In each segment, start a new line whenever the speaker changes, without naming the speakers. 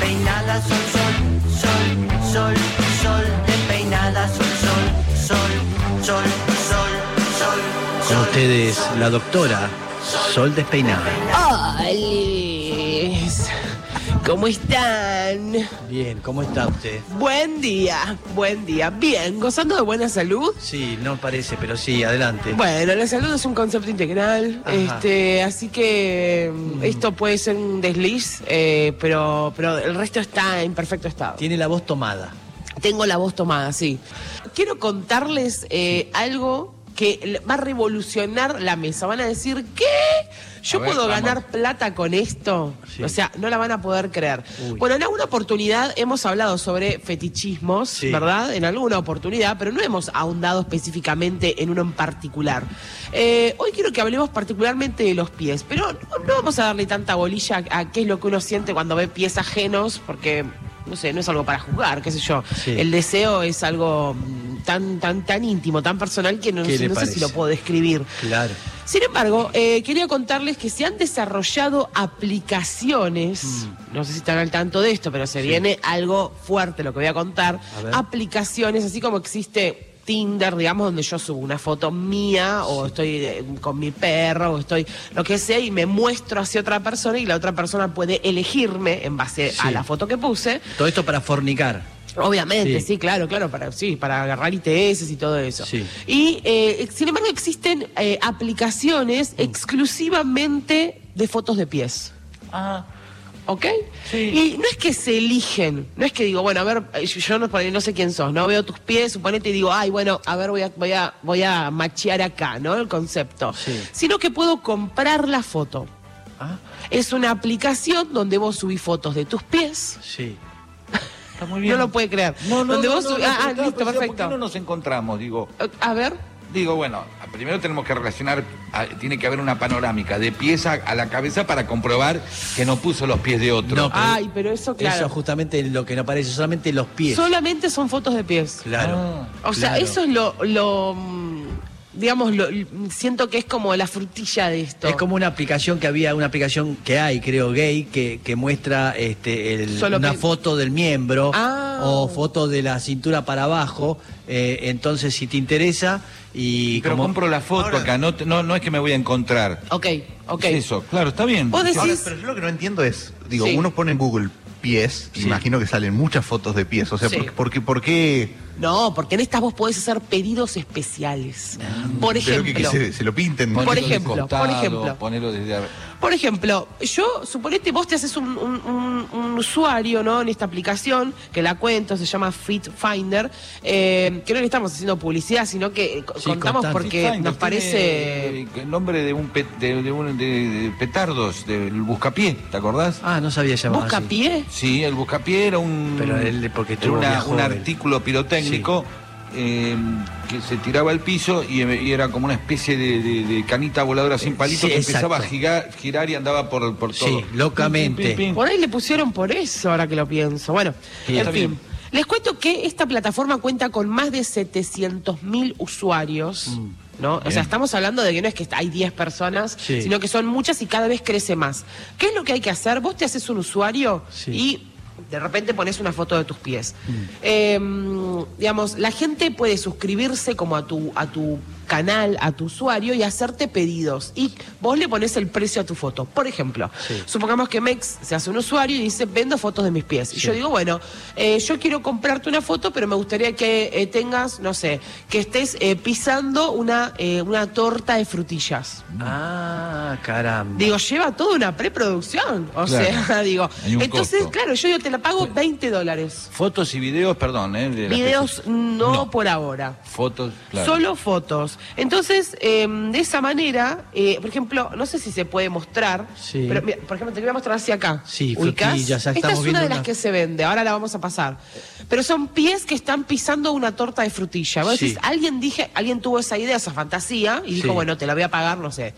peinada, sol, sol, sol, sol, sol, de peinada, sol, sol, sol, sol, sol, sol,
Con
sol.
ustedes, la doctora Sol Despeinada.
Olis, ¿Cómo están?
Bien, ¿cómo está usted?
Buen día, buen día. Bien, gozando de buena salud.
Sí, no parece, pero sí, adelante.
Bueno, la salud es un concepto integral,
Ajá.
este, así que mm, esto puede ser un desliz, eh, pero, pero el resto está en perfecto estado.
Tiene la voz tomada.
Tengo la voz tomada, sí. Quiero contarles eh, algo que l- va a revolucionar la mesa. Van a decir, ¿qué? ¿Yo
A ver,
puedo
vamos.
ganar plata con esto?
Sí.
O sea, no la van a poder creer.
Uy.
Bueno, en alguna oportunidad hemos hablado sobre fetichismos,
Sí.
¿verdad? En alguna oportunidad, pero no hemos ahondado específicamente en uno en particular. Eh, hoy quiero que hablemos particularmente de los pies, pero no, no vamos a darle tanta bolilla a, a qué es lo que uno siente cuando ve pies ajenos, porque, no sé, no es algo para juzgar, qué sé yo.
Sí.
El deseo es algo mm, tan, tan, tan íntimo, tan personal que no,
¿Qué le
no sé si
parece?
lo puedo describir.
Claro.
Sin embargo, eh, quería contarles que se han desarrollado aplicaciones, no sé si están al tanto de esto, pero se
Mm. Sí.
viene algo fuerte lo que voy a contar,
A ver.
aplicaciones, así como existe Tinder, digamos, donde yo subo una foto mía o estoy eh, con mi perro o estoy lo que sea y me muestro hacia otra persona y la otra persona puede elegirme en base a
Sí.
la foto que puse.
Todo esto para fornicar.
Obviamente,
Sí.
sí, claro, claro, para, sí, para agarrar ITS y todo eso.
Sí.
Y eh, sin embargo existen eh, aplicaciones
Mm.
exclusivamente de fotos de pies.
Ah,
¿Ok?
Sí.
Y no es que se eligen, no es que digo, bueno, a ver, eh, yo yo no, pone- no sé quién sos, no veo tus pies, suponete y digo, ay, bueno, a ver, voy a, voy a, voy a machear acá, ¿no? El concepto.
Sí.
Sino que puedo comprar la foto.
ah,
Es una aplicación donde vos subís fotos de tus pies.
sí.
Está muy
No lo puede creer.
No, no,
donde
no,
vos
no,
subís-
no,
ah,
pero
ah,
estaba
listo,
pensando, ¿Por
perfecto.
qué no nos encontramos? Digo,
A ver,
digo, bueno, primero tenemos que relacionar, ah, tiene que haber una panorámica de pieza a la cabeza para comprobar que no puso los pies de otro. Ah,
No, pero-
ay, pero eso, claro.
Eso justamente lo que no parece, solamente los pies.
Solamente son fotos de pies.
Claro.
Ah.
O sea,
claro.
eso es lo, lo, mm, digamos, lo, l- siento que es como la frutilla de esto.
Es como una aplicación que había, una aplicación que hay, creo, gay, que, que muestra este, el-
Solo
una
pe-
foto del miembro
Ah.
o foto de la cintura para abajo. Eh, entonces, si te interesa y
Pero
como...
compro la foto
Ahora-
acá, no, te- no, no es que me voy a encontrar.
Ok, ok.
Es eso, claro, está bien.
Vos decís-
Ahora, pero yo lo que no entiendo es, digo,
Sí.
uno pone en Google pies,
Sí.
imagino que salen muchas fotos de pies, o sea,
Sí.
¿por, por qué, por qué-
No, porque en estas vos podés hacer pedidos especiales.
Ah,
Por
pero que, que
ejemplo.
se, se lo pinten?
Ponelo
Por
de
ejemplo, por
costado,
ejemplo.
Ponelo desde ar-
Por ejemplo, yo, suponete, vos te haces un, un- un- un usuario, ¿no? En esta aplicación, que la cuento, se llama Fit Finder, eh, que no le estamos haciendo publicidad, sino que eh, co-
Sí,
contamos
Constanza.
porque
Fit Finder
nos parece...
tiene, eh, El nombre de un, pe- de, de un- de- de petardos, del buscapié, ¿te acordás?
Ah, no sabía llamar
¿Busca
así.
pie?
Sí, el buscapié era un,
Pero él, porque
era
tuvo
una-
vida
un
joven.
artículo pirotécnico eh, que se tiraba al piso y, y era como una especie de, de- de canita voladora sin palito
Eh, Sí,
que empezaba
exacto.
a girar, girar y andaba por, por todo.
Sí, locamente.
Por ahí le pusieron por eso, ahora que lo pienso. Bueno,
Sí,
en
está
fin.
bien.
Les cuento que esta plataforma cuenta con más de 700.000 usuarios.
Mm.
¿No? O sea, estamos hablando de que no es que hay 10 personas,
Sí.
sino que son muchas y cada vez crece más. ¿Qué es lo que hay que hacer? Vos te haces un usuario
Sí. Mm.
y de repente pones una foto de tus pies. Eh, digamos, la gente puede suscribirse como a tu, a tu canal, a tu usuario y hacerte pedidos. Y vos le pones el precio a tu foto. Por ejemplo,
Sí.
supongamos que Mex se hace un usuario y dice, vendo fotos de mis pies. Y yo digo, bueno, eh, yo quiero comprarte una foto, pero me gustaría que eh, tengas, no sé, que estés eh, pisando una, eh, una torta de frutillas.
Ah, caramba.
Digo, lleva toda una preproducción. O
Claro.
sea, digo,
Hay un
entonces,
costo.
claro, yo digo, te la pago 20 dólares.
Fotos y videos, perdón. eh, de las
Videos
que-
no, por ahora.
Fotos, claro.
Solo fotos. Entonces, eh, de esa manera, eh, por ejemplo, no sé si se puede mostrar,
Sí.
pero mira, por ejemplo, te voy a mostrar hacia acá.
Sí,
¿Ubicás?
frutillas, ya
Esta
estamos
es una
viendo
de las
una-
que se vende, ahora la vamos a pasar. Pero son pies que están pisando una torta de frutilla. Vos
Sí.
decís, alguien, dije, alguien tuvo esa idea, esa fantasía, y
Sí.
dijo, bueno, te la voy a pagar, no sé.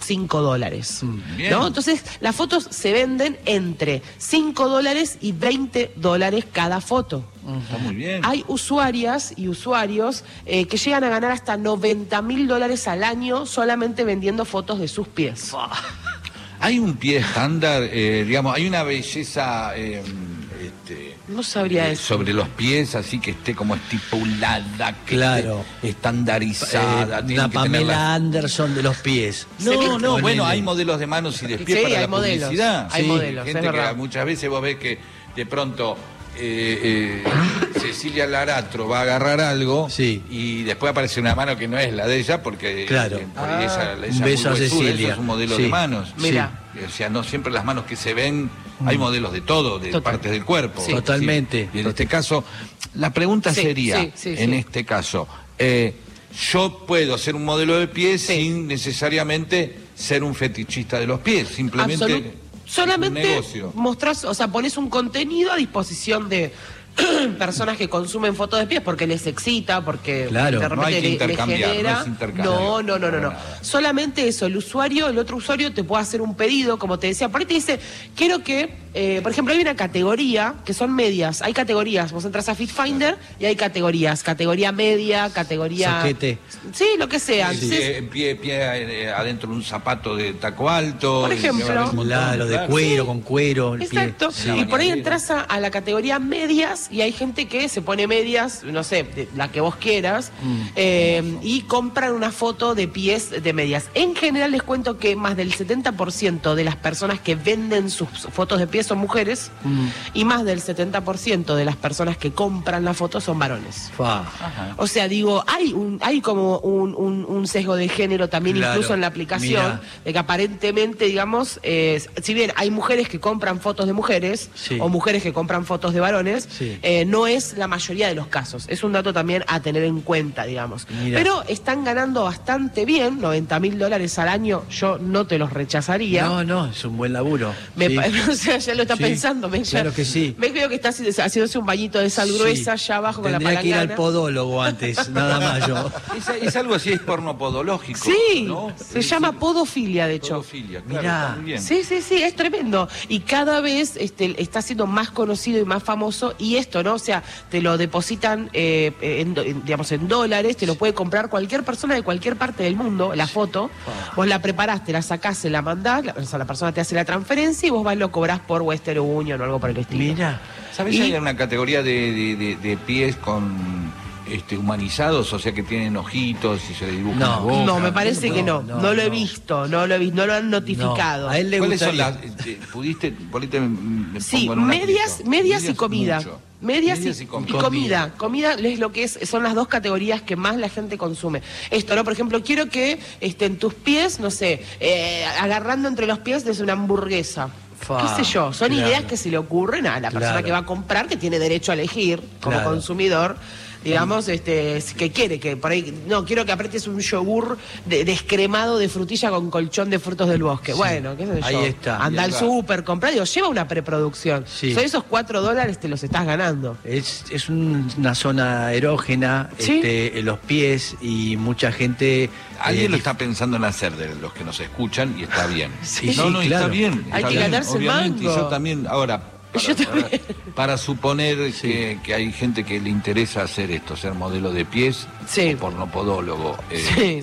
5 dólares.
Mm,
bien.
¿No? Entonces, las fotos se venden entre 5 dólares y 20 dólares cada foto.
Está muy bien.
Hay usuarias y usuarios eh, que llegan a ganar hasta 90 mil dólares al año solamente vendiendo fotos de sus pies.
Hay un pie estándar, eh, digamos, hay una belleza eh, este,
No sabría
eh,
eso.
sobre los pies, así que esté como estipulada, que
Claro.
esté
Eh,
estandarizada. tiene
la
que tener
Pamela
la-
Anderson de los pies.
No, no,
Ponele.
bueno, hay modelos de manos y de pies
Sí,
para
hay
la
modelos,
publicidad.
hay modelos,
gente
es
que
verdad.
muchas veces vos ves que de pronto eh, eh, Cecilia Laratro va a agarrar algo
Sí.
y después aparece una mano que no es la de ella porque eh,
Claro.
por ahí esa- esa
un beso
muy
a
huesuda,
Cecilia.
eso es un modelo
Sí.
de manos.
Ah. Mira.
O sea, no siempre las manos que se ven, hay modelos de todo, de
Total.
partes del cuerpo.
Sí. Mm. Totalmente.
Y en este caso, la pregunta
Sí,
sería,
sí, sí,
en
sí.
este caso, eh, yo puedo ser un modelo de pies
Sí.
sin necesariamente ser un fetichista de los pies, simplemente
Absolut- solamente
un negocio.
mostrás, o sea, pones un contenido a disposición de personas que consumen fotos de pies porque les excita, porque
Claro,
de
no hay
repente le-
que
le,
intercambiar, no
genera.
es intercambio.
No, no, no, no, no.
Para nada.
Solamente eso, el usuario, el otro usuario te puede hacer un pedido, como te decía, por ahí te dice, quiero que, eh, por ejemplo, hay una categoría que son medias, hay categorías, vos entras a FitFinder y hay categorías, categoría media, categoría...
Soquete.
Sí, lo que sea.
Sí,
Entonces,
pie, pie- pie, eh, adentro de un zapato de taco alto.
Por
y se va a ver
ejemplo.
un montón,
Claro, de
claro.
cuero, con cuero. el pie.
Exacto.
Sí.
Y por ahí
bañadera.
entras a, a la categoría medias y hay gente que se pone medias, no sé, de- la que vos quieras,
Mm.
eh, y compran una foto de pies de medias. En general les cuento que más del 70% de las personas que venden sus fotos de pies son mujeres
Mm.
y más del 70% de las personas que compran la foto son varones.
Fa.
O sea, digo, hay un, hay como un, un- un sesgo de género también
Claro,
incluso en la aplicación,
mirá.
de que aparentemente, digamos, eh, si bien hay mujeres que compran fotos de mujeres
Sí.
o mujeres que compran fotos de varones,
Sí.
eh, no es la mayoría de los casos. Es un dato también a tener en cuenta, digamos.
Mirá.
Pero están ganando bastante bien, 90 mil dólares al año, yo no te los rechazaría.
No, no, es un buen laburo.
Me
Sí.
pa- o sea, ya lo está
Sí,
pensando. Me, ya-
claro que sí.
Me creo que está haci- haciéndose un bañito de sal gruesa
Sí.
ya abajo con la
Tendría
palangana.
que ir al podólogo antes, nada más yo.
Es, es algo así, es porno podológico.
Sí,
¿no?
se
Sí,
llama
sí.
podofilia, de hecho.
Podofilia, claro,
Mirá.
está muy bien.
Sí, sí, sí, es tremendo. Y cada vez este, está siendo más conocido y más famoso. Y esto, ¿no? O sea, te lo depositan, eh, en, do- en, digamos, en dólares, te lo puede comprar cualquier persona de cualquier parte del mundo, la foto. Vos la preparás, te la sacás, se la mandás, la, o sea, la persona te hace la transferencia y vos vas y lo cobrás por Western Union o algo por el estilo.
Mira,
¿Sabes?
Y-
Hay una categoría de, de- de- de pies con este, humanizados, o sea que tienen ojitos y se le dibuja
No,
una boca.
No, me parece que no.
No,
No,
no,
lo he
no.
visto, no lo he visto, no lo han notificado.
no, a él le
¿Cuáles
gusta.
son las, eh, pudiste, Polita, me- me
Sí,
pongo en un
medias,
aprieto.
medias y comida.
mucho.
Medias, y, y
com-
comida. comida. es lo que es, son las dos categorías que más la gente consume. Esto, ¿no? Por ejemplo, quiero que este, en tus pies, no sé, eh, agarrando entre los pies desde una hamburguesa.
Fa,
¿Qué sé yo? Son
claro.
ideas que se le ocurren a la persona
Claro.
que va a comprar, que tiene derecho a elegir como
Claro.
consumidor. Digamos, este, que quiere, que por ahí, no, quiero que apretes un yogur de- descremado de frutilla con colchón de frutos del bosque. Bueno, qué sé yo.
Ahí está.
Anda
Ahí
al
va.
súper, comprar, digo, lleva una preproducción.
Sí.
O sea, esos cuatro dólares te los estás ganando.
Es, es un- una zona erógena,
Sí.
este, en los pies y mucha gente.
Alguien
eh,
lo está pensando en hacer de los que nos escuchan y está bien.
Sí,
no,
sí,
no, y
claro.
está bien.
Hay
está
que
bien,
ganarse el
obviamente, y
mango.
yo también, ahora, para,
Yo también.
para- para suponer que, que hay gente que le interesa hacer esto, ser modelo de pies,
Sí.
o pornopodólogo. eh,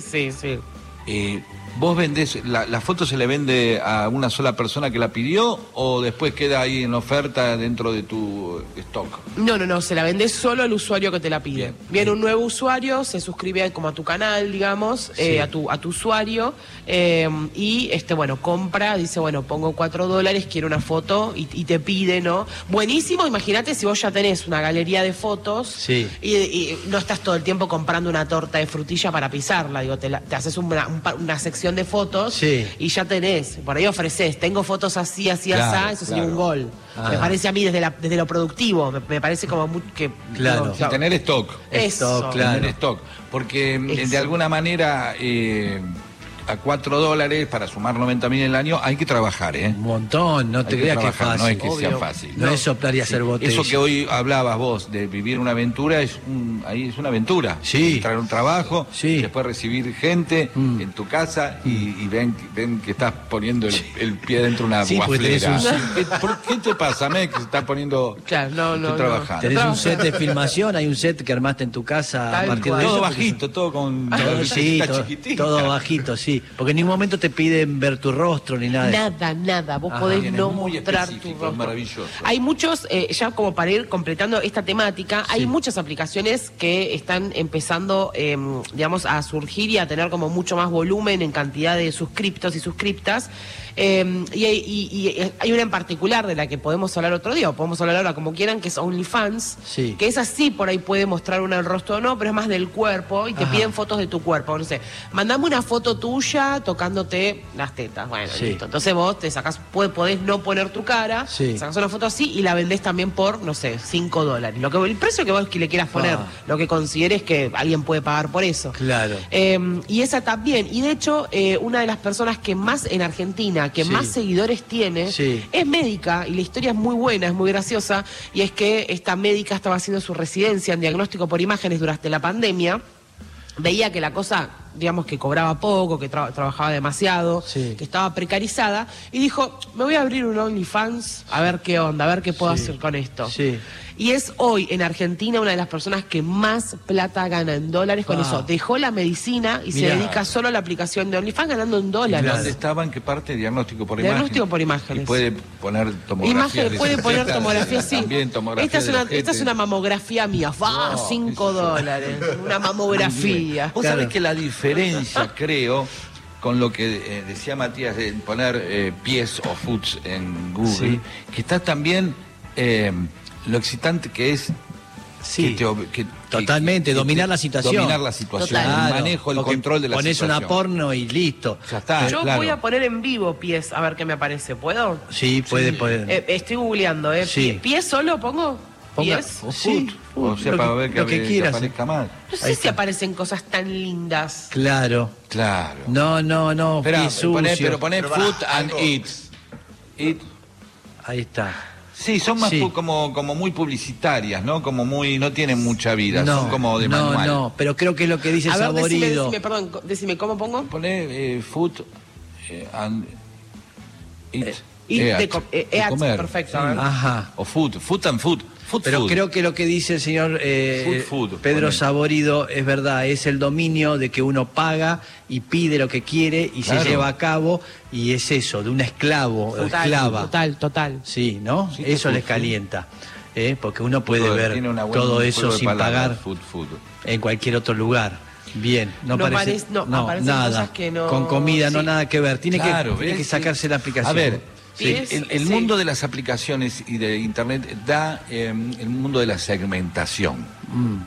Sí, sí, sí.
Eh, ¿Vos vendés, la, la foto se le vende a una sola persona que la pidió o después queda ahí en oferta dentro de tu stock?
No, no, no, se la vendés solo al usuario que te la pide. Viene un nuevo usuario, se suscribe como a tu canal, digamos, eh, a, tu, a tu usuario, eh, y este, bueno, compra, dice, bueno, pongo cuatro dólares, quiero una foto, y, y te pide, ¿no? Buenísimo, imagínate si vos ya tenés una galería de fotos
Sí.
y, y no estás todo el tiempo comprando una torta de frutilla para pisarla, digo, te, la- te haces una, un pa- una sección de fotos
Sí.
y ya tenés, por ahí ofreces, tengo fotos así, así,
Claro,
asá, eso sería un
claro.
gol.
Ah.
Me parece a mí desde, la- desde lo productivo, me, me parece como muy, que...
Claro.
digo,
Sin tener stock.
Eso.
Stock, claro.
Tener stock. Porque mm,
Eso.
de alguna manera eh, a 4 dólares para sumar 90 mil el año hay que trabajar, ¿eh?
Un montón, no
Hay
te
que
creas que es
trabajar,
fácil.
no es que sea
Obvio.
fácil.
No, es soplar y hacer botellas.
Eso que hoy hablabas vos de vivir una aventura es un, ahí es una aventura.
Sí.
Entrar a un trabajo,
Sí.
después recibir gente
Mm.
en tu casa y, y ven, ven que estás poniendo el, el pie dentro de una
Sí, porque tenés
guaflera.
un-
¿Qué, por- qué te pasa, Mec? Que estás poniendo.
Claro, no, no,
Estoy
no.
trabajando.
Tenés un set de filmación, hay un set que armaste en tu casa
Tal
a partir
cual. Ah,
de
Todo
eso, porque
bajito, todo
Todo,
con. con
Ah, sí,
lucecita
todo,
chiquitita.
todo bajito, sí. Sí, porque en ningún momento te piden ver tu rostro ni nada. de eso.
Nada, nada. Vos
Ajá,
bien,
podés
es
no
muy
mostrar tu
específico,
rostro.
es maravilloso.
Hay muchos, eh, ya como para ir completando esta temática, hay muchas aplicaciones que están empezando, eh, digamos, a surgir y a tener como mucho más volumen en cantidad de suscriptos y suscriptas. Eh, y, hay, y- y, eh, hay una en particular de la que podemos hablar otro día, o podemos hablar ahora como quieran, que es OnlyFans,
Sí.
que es así, por ahí puede mostrar una el rostro o no, pero es más del cuerpo y te
Ajá.
piden fotos de tu cuerpo, no sé. Mandame una foto tuya tocándote las tetas, bueno,
Sí.
listo. Entonces vos te sacás, po- podés no poner tu cara,
Sí.
sacás una foto así y la vendés también por, no sé, 5 dólares. Lo que, el precio que vos que le quieras poner,
Ah.
lo que consideres que alguien puede pagar por eso.
Claro.
Eh, y esa también. Y de hecho, eh, una de las personas que más en Argentina, que
Sí.
más seguidores tiene,
Sí.
es médica y la historia es muy buena, es muy graciosa. Y es que esta médica estaba haciendo su residencia en diagnóstico por imágenes durante la pandemia. Veía que la cosa, digamos, que cobraba poco, que tra- trabajaba demasiado,
Sí.
que estaba precarizada. Y dijo, me voy a abrir un OnlyFans a ver qué onda, a ver qué puedo
Sí.
hacer con esto.
Sí.
Y es hoy en Argentina una de las personas que más plata gana en dólares con
Ah.
eso. Dejó la medicina y
Mirá.
se dedica solo a la aplicación de OnlyFans ganando en dólares.
¿Dónde estaba? ¿En qué parte? Diagnóstico por imagen.
Diagnóstico por imágenes.
Y puede poner tomografía.
Imágenes, puede poner tomografía, sí.
También tomografía.
esta, es
del
una,
ojete.
esta es una mamografía mía. Va,
No,
cinco dólares. Una mamografía.
Vos
Claro.
sabés que la diferencia, creo, con lo que eh, decía Matías de poner eh, pies o foots en Google,
Sí.
que está también eh, lo excitante que es.
Sí.
que te ob- que- que-
Totalmente,
que te-
dominar la situación.
Dominar la situación,
Claro,
el manejo, el
porque
control de la
pones
situación.
una porno y listo.
Ya está,
Yo
claro.
voy a poner en vivo pies a ver qué me aparece. ¿Puedo?
Sí, puede poner.
Eh, estoy googleando, ¿eh?
Sí.
¿Pies solo pongo?
Ponga-
¿Pies?
O
Sí,
foot, o sea,
lo
para
que-
ver que,
lo que
que
quieras.
aparezca más.
No sé si aparecen cosas tan lindas.
Claro.
Claro.
No, no, no.
Esperá,
pie sucio.
poné- pero poné
Pero pará,
foot and
algo-
eat. Eat.
Ahí está.
Sí, son más
Sí.
pu- como, como muy publicitarias, ¿no? Como muy, no tienen mucha vida, son como de
no,
manual.
no, pero creo que es lo que dice
a ver, decime,
Saborido. Pues
decime, perdón, co- decime, ¿cómo pongo?
Poné eh, food eh, and eat.
Y
Eat,
de, co- eh,
de
eat,
comer.
perfecto. a ver.
Ajá.
O food, food and food. Food
Pero
food.
creo que lo que dice el señor eh,
Food, food,
Pedro
ponele.
Saborido es verdad, es el dominio de que uno paga y pide lo que quiere y
Claro.
se lleva a cabo y es eso, de un esclavo o
Total,
esclava.
total, total.
Sí, ¿no?
Sí,
eso
food,
les
food.
calienta, ¿eh? porque uno puede
Tiene
ver
una buena-
todo
un
eso
juego de
sin
palabras,
pagar
Food, food.
en cualquier otro lugar. Bien, no,
No
parece,
parece- no, aparecen
nada,
cosas que no-
con comida, no
sí.
nada que ver. Tiene,
Claro,
que, tiene
¿ves?
que sacarse
Sí.
la aplicación.
A ver,
Sí,
el- el, el
sí.
mundo de las aplicaciones y de Internet da eh, el mundo de la segmentación.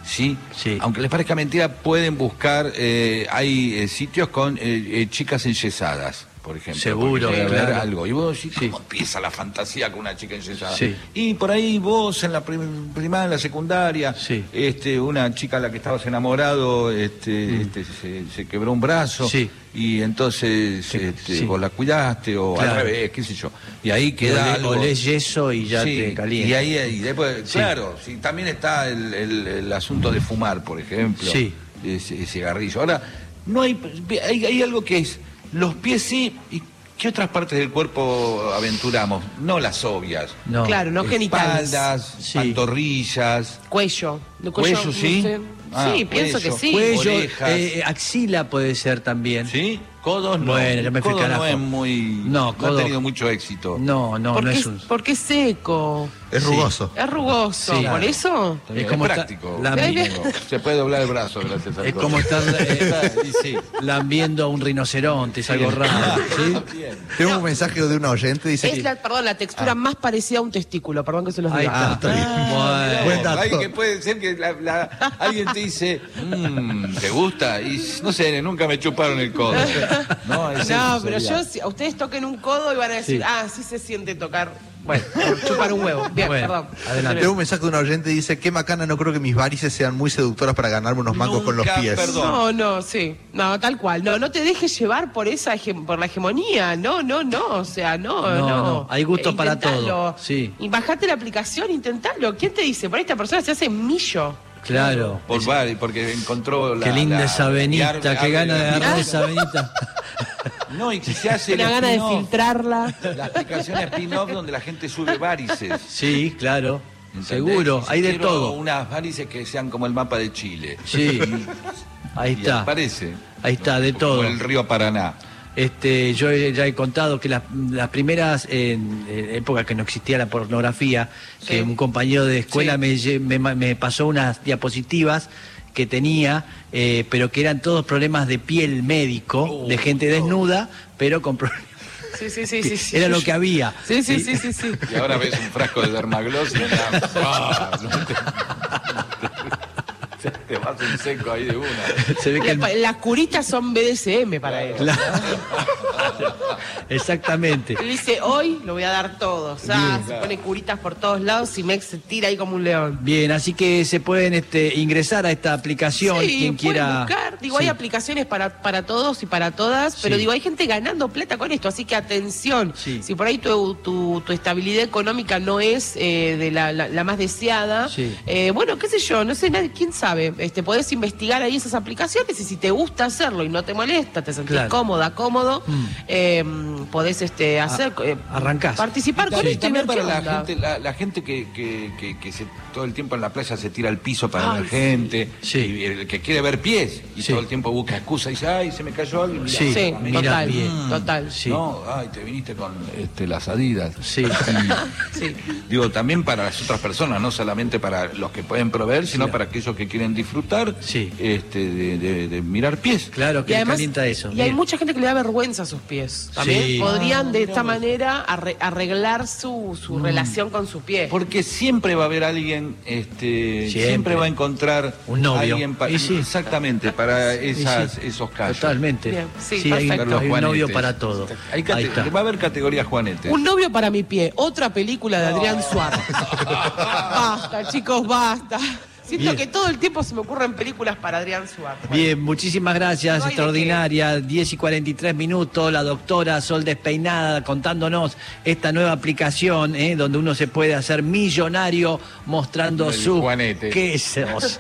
¿sí?
Mm. Sí.
Aunque les parezca mentira, pueden buscar, eh, hay eh, sitios con eh, eh, chicas enyesadas. Por ejemplo,
Seguro,
porque puede
claro.
haber algo. Y vos decís,
Sí.
¿cómo empieza la fantasía con una chica enyesada?
Sí.
Y por ahí vos en la prim- primaria, en la secundaria,
Sí.
este, una chica a la que estabas enamorado este, este, se, se quebró un brazo
Mm. Sí.
y entonces este,
sí.
vos la cuidaste o
Claro.
al revés, qué sé yo. Y ahí
O
queda
le-
algo.
o lees yeso y ya
Sí,
te calienta.
Y ahí, y después, claro, sí, también está el, el- el asunto de fumar, por ejemplo.
Sí.
Ese, cigarrillo. Ahora, no hay, hay, hay algo que es, los pies sí, y ¿qué otras partes del cuerpo aventuramos? No las obvias.
No.
Claro, no genitales.
Espaldas,
Sí.
pantorrillas.
Cuello. No,
Cuello,
no
sí.
sé.
Ah,
sí, pienso
cuello.
que sí.
Cuello,
Orejas.
eh, axila puede ser también.
¿Sí? Codos no.
Bueno, ya me fui
Codos no
carajo.
es muy.
No,
no
codo-
ha tenido mucho éxito.
No, no, no
porque,
es
es-
un.
porque es seco,
Es
Sí.
rugoso.
es rugoso.
Sí.
Por eso,
Está bien,
Es como
es
está-
práctico.
la-
Digo, Se puede doblar el brazo gracias a
Es como estar eh,
Y sí. Ah,
lambiendo a un rinoceronte, es algo raro. ¿sí?
Bien.
Tengo un mensaje de una oyente, dice
es
que-
la, perdón, la textura más parecida a un testículo. Perdón que se los
Ah. Ahí
diga.
Ah,
está.
está bien.
Bueno.
Buen dato.
Hay que puede ser que la- la- alguien te dice, "Mm, ¿te gusta? Y no sé, nunca me chuparon el codo. No, es
No,
eso
pero
sería.
yo, si a ustedes toquen un codo y van a decir,
Sí.
ah, sí se siente tocar, bueno, chupar un huevo. Bien,
Bueno,
perdón.
adelante.
Tengo un mensaje de una oyente dice, qué macana, no creo que mis varices sean muy seductoras para ganarme unos mangos con los
Nunca,
pies.
perdón.
No, no, sí. No, tal cual. No, no te dejes llevar por esa hege- por la hegemonía. No, no, no. O sea, no,
No,
no. Eh,
no. Hay gusto para
Intentalo.
todo. Sí.
Y bajate la aplicación, intentalo. ¿Quién te dice? Por esta persona se hace millo.
Claro.
Por vari- porque encontró la.
Qué linda
la-
esa
y
venita,
arde-
qué
arde-
gana de agarrar
Ah.
esa venita.
No, y que se hace.
Una
el
gana de
spin-off.
filtrarla.
La aplicación spin-off donde la gente sube varices.
Sí, claro.
¿Entendés?
Seguro,
Si
hay de
quiero
todo.
Unas varices que sean como el mapa de Chile.
Sí. Ahí
Y
está.
Aparece.
Ahí está, de
Como
todo.
El río Paraná.
Este, yo he- ya he contado que las, las primeras en, en época que no existía la pornografía, que un compañero de escuela
Sí.
me lle- me, ma- me pasó unas diapositivas que tenía, eh, pero que eran todos problemas de piel médico, de gente desnuda, pero con problemas.
Sí, sí, Oh, sí, sí, sí.
Era lo que había.
Sí, sí, sí, sí, sí.
Y ahora ves un frasco de dermagloss y ya, ¡ah! te, te vas en seco ahí de una.
Se ve que
La-
el-
pa- Las curitas son BDSM para él.
la- Exactamente.
Él dice, hoy lo voy a dar todo. O sea, se pone curitas por todos lados y Mex se tira ahí como un león.
Bien, así que se pueden este, ingresar a esta aplicación,
sí,
quien
pueden
quiera.
buscar. Digo,
Sí.
hay aplicaciones para, para todos y para todas, pero
Sí.
digo, hay gente ganando plata con esto, así que atención.
Sí.
Si por ahí tu, tu, tu estabilidad económica no es eh, de la, la- la más deseada,
Sí.
eh, bueno, qué sé yo, no sé, nadie, quién sabe. Este, podés investigar ahí esas aplicaciones y si te gusta hacerlo y no te molesta, te sentís
Claro.
cómoda, cómodo,
Mm.
eh, podés este, hacer... eh,
arrancás.
Participar con este
Sí,
esto y
también
ver
para
qué
la
onda.
gente, la, la gente que, que- que- que se, todo el tiempo en la playa se tira al piso para
Ay,
la gente,
sí.
y el que quiere ver pies y
Sí.
todo el tiempo busca excusa y dice, ay, se me cayó algo. y mira,
Sí,
Sí,
mira
total,
bien.
total.
Sí.
No, ay, te viniste con este, las adidas.
Sí.
Sí.
Digo, también para las otras personas, no solamente para los que pueden proveer, sino para aquellos que quieren disfrutar
Sí.
este, de, de- de mirar pies.
Claro que
Y además-
calienta eso.
Y
bien.
hay mucha gente que le da vergüenza a sus pies. También
Sí.
podrían de esta manera arre- arreglar su, su
Mm.
relación con su pie.
Porque siempre va a haber alguien, este, siempre,
Siempre
va a encontrar
Un novio.
alguien para
Y sí.
exactamente para
Sí,
esas,
sí.
esos casos.
Totalmente.
Bien, sí,
hay, un-
perfecto.
hay un
Juanetes.
novio para todo.
Hay cate-
Ahí está.
Va a haber categoría Juanete.
Un novio para mi pie, otra película de Adrián Suárez. basta, chicos, basta. Siento
Bien.
que todo el tiempo se me ocurren películas para Adrián Suárez.
Bien, muchísimas gracias,
No hay de
extraordinaria. 10 y 43 minutos, la doctora Sol Despeinada contándonos esta nueva aplicación ¿eh? donde uno se puede hacer millonario mostrando
El
su
Juanete.
quesos.